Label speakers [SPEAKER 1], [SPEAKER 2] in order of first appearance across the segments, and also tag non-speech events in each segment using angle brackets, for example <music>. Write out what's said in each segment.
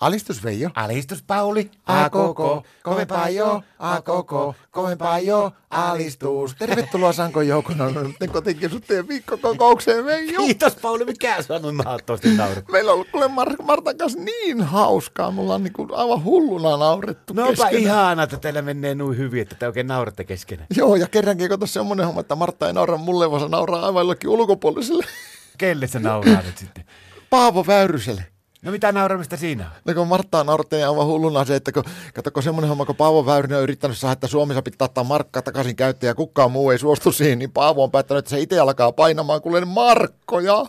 [SPEAKER 1] Alistus Veijo.
[SPEAKER 2] Alistus Pauli,
[SPEAKER 1] A koko, kovempaa jo, a koko, kovempaa jo, alistus. Tervetuloa Sanko Joukona <laughs> kotikisuuteen viikkokokoukseen Veijo.
[SPEAKER 2] Kiitos Pauli, mikä sanoi mahtavasti naurat.
[SPEAKER 1] Meillä on ollut kuule Mar- Martan kanssa niin hauskaa, mulla on niinku aivan hulluna naurettu
[SPEAKER 2] No onpa
[SPEAKER 1] keskenään.
[SPEAKER 2] ihanaa, että teillä menee noin hyvin, että te oikein nauratte keskenään.
[SPEAKER 1] Joo, ja kerrankin kato semmoinen homma, että Martta ei naura mulle, vaan se nauraa aivan jollekin ulkopuoliselle.
[SPEAKER 2] Kelle sä nauraa nyt sitten?
[SPEAKER 1] Paavo Väyryselle.
[SPEAKER 2] No mitä nauramista siinä on?
[SPEAKER 1] No kun Marttaa nauratti aivan hulluna se, että kun, kato, kun semmoinen homma, kun Paavo Väyrynen on yrittänyt saada, että Suomessa pitää ottaa markkaa takaisin käyttöön ja kukaan muu ei suostu siihen, niin Paavo on päättänyt, että se itse alkaa painamaan kuulen markkoja.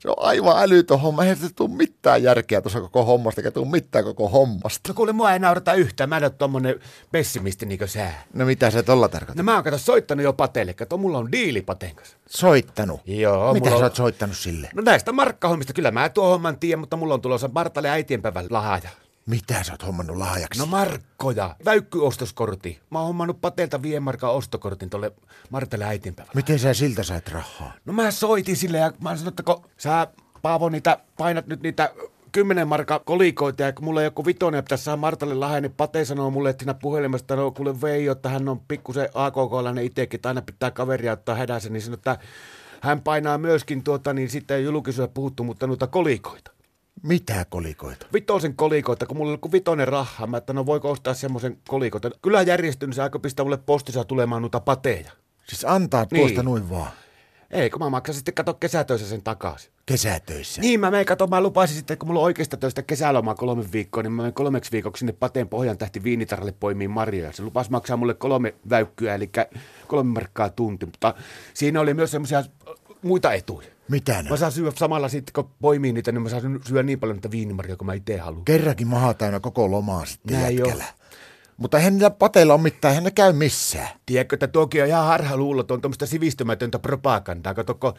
[SPEAKER 1] Se on aivan älytön homma. Eihän se tule mitään järkeä tuossa koko hommasta, eikä tule mitään koko hommasta.
[SPEAKER 2] No kuule, mua ei naurata yhtään, mä en ole tommonen pessimisti niin kuin sä.
[SPEAKER 1] No mitä se tolla tarkoittaa?
[SPEAKER 2] No mä oon kato soittanut jo Pateelle, kato mulla on diili Pateen kanssa.
[SPEAKER 1] Soittanut.
[SPEAKER 2] Joo,
[SPEAKER 1] Mitä
[SPEAKER 2] mulla on-
[SPEAKER 1] sä oot soittanut sille?
[SPEAKER 2] No näistä markkahommista, kyllä mä tuon homman tiedän, mutta mulla on tulossa Martalle äitienpäivän lahja.
[SPEAKER 1] Mitä sä oot hommannut lahjaksi?
[SPEAKER 2] No markkoja, väykkyostoskortti. Mä oon hommannut Patelta viemarkan ostokortin tuolle Martalle äitienpäivälle.
[SPEAKER 1] Miten sä siltä sait rahaa?
[SPEAKER 2] No mä soitin sille ja mä sanoin, että kun sä Paavo niitä, painat nyt niitä kymmenen marka kolikoita ja kun mulla on joku vitonen ja pitäisi saada Martalle lahja, niin Pate sanoo mulle, että siinä puhelimessa, että no kuule Veijo, että hän on pikkusen AKK-lainen itsekin, että aina pitää kaveria ottaa hädänsä, niin sanoi, että hän painaa myöskin tuota, niin sitten ei julkisuudessa puhuttu, mutta noita kolikoita.
[SPEAKER 1] Mitä kolikoita?
[SPEAKER 2] Vitosen kolikoita, kun mulla oli kuin vitonen raha, mä että no voiko ostaa semmoisen kolikoita. Kyllä järjestynyt se aika pistää mulle postissa tulemaan noita pateja.
[SPEAKER 1] Siis antaa
[SPEAKER 2] Niin.
[SPEAKER 1] tuosta noin vaan.
[SPEAKER 2] Ei, kun mä maksan sitten kato kesätöissä sen takaisin.
[SPEAKER 1] Kesätöissä.
[SPEAKER 2] Niin, mä menen kato, mä lupasin sitten, kun mulla on oikeasta töistä kesälomaa kolme viikkoa, niin mä menen kolmeksi viikoksi sinne Pateen pohjan tähti viinitarhalle poimiin marjoja. Se lupas maksaa mulle kolme väykkyä, eli kolme markkaa tunti, mutta siinä oli myös semmoisia muita etuja.
[SPEAKER 1] Mitä ne?
[SPEAKER 2] Mä saan syödä samalla sitten, kun poimii niitä, niin mä saan syödä niin paljon niitä viinimarjoja, kuin mä itse haluan.
[SPEAKER 1] Kerrankin maha täynnä koko lomaa sitten
[SPEAKER 2] Näin
[SPEAKER 1] jätkällä. Mutta eihän niillä pateilla on mitään, eihän ne käy missään.
[SPEAKER 2] Tiedätkö, että toki on ihan harhaluulo, että on tuommoista sivistymätöntä propagandaa. Katokko,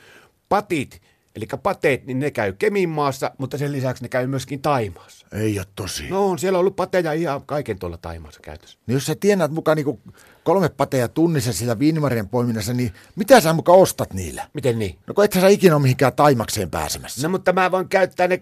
[SPEAKER 2] patit, eli pateet, niin ne käy Keminmaassa, mutta sen lisäksi ne käy myöskin Taimaassa.
[SPEAKER 1] Ei ole tosi. No.
[SPEAKER 2] No on siellä ollut pateja ihan kaiken tuolla Taimaassa käytössä.
[SPEAKER 1] Niin jos sä tienaat mukaan niinku kolme pateja tunnissa sillä viinimarien poiminnassa, niin mitä sä mukaan ostat niillä?
[SPEAKER 2] Miten niin?
[SPEAKER 1] No kun ethän sä ikinä ole mihinkään taimakseen pääsemässä. No,
[SPEAKER 2] No mutta mä voin käyttää ne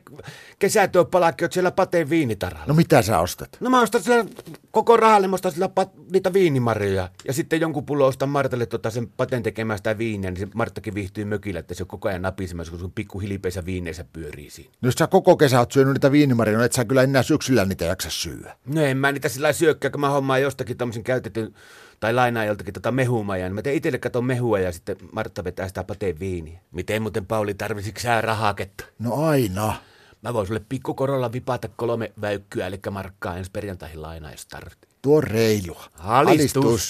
[SPEAKER 2] kesätyöpalakkiot siellä Pateen viinitarhalla.
[SPEAKER 1] no mitä sä ostat?
[SPEAKER 2] No mä ostan sillä koko rahalle, mä ostan sillä pat, niitä viinimarjoja. Ja sitten jonkun pullo ostan Martalle tota sen paten tekemään sitä viiniä, niin se Marttakin viihtyy mökillä, että se on koko ajan napisemassa, kun sun pikku hilpeisä viineissä pyörii siinä.
[SPEAKER 1] No jos sä koko kesä oot syönyt niitä viinimarjoja, no et sä kyllä enää syksyllä niitä jaksa syödä.
[SPEAKER 2] No en mä niitä sillä lailla syökkää, kun mä hommaan jostakin tämmöisen käytetyn tai lainaan joltakin tota mehumajan. Mä teen itselle katon mehua ja sitten Martta vetää sitä pateen viiniä. Miten muuten Pauli tarvisitko sä rahaketta?
[SPEAKER 1] No aina.
[SPEAKER 2] Mä voin sulle pikkukorolla vipata kolme väykkyä, eli markkaa ensi perjantaihin lainaa, jos tarvitsee.
[SPEAKER 1] Tuo on reilua.
[SPEAKER 2] Alistus.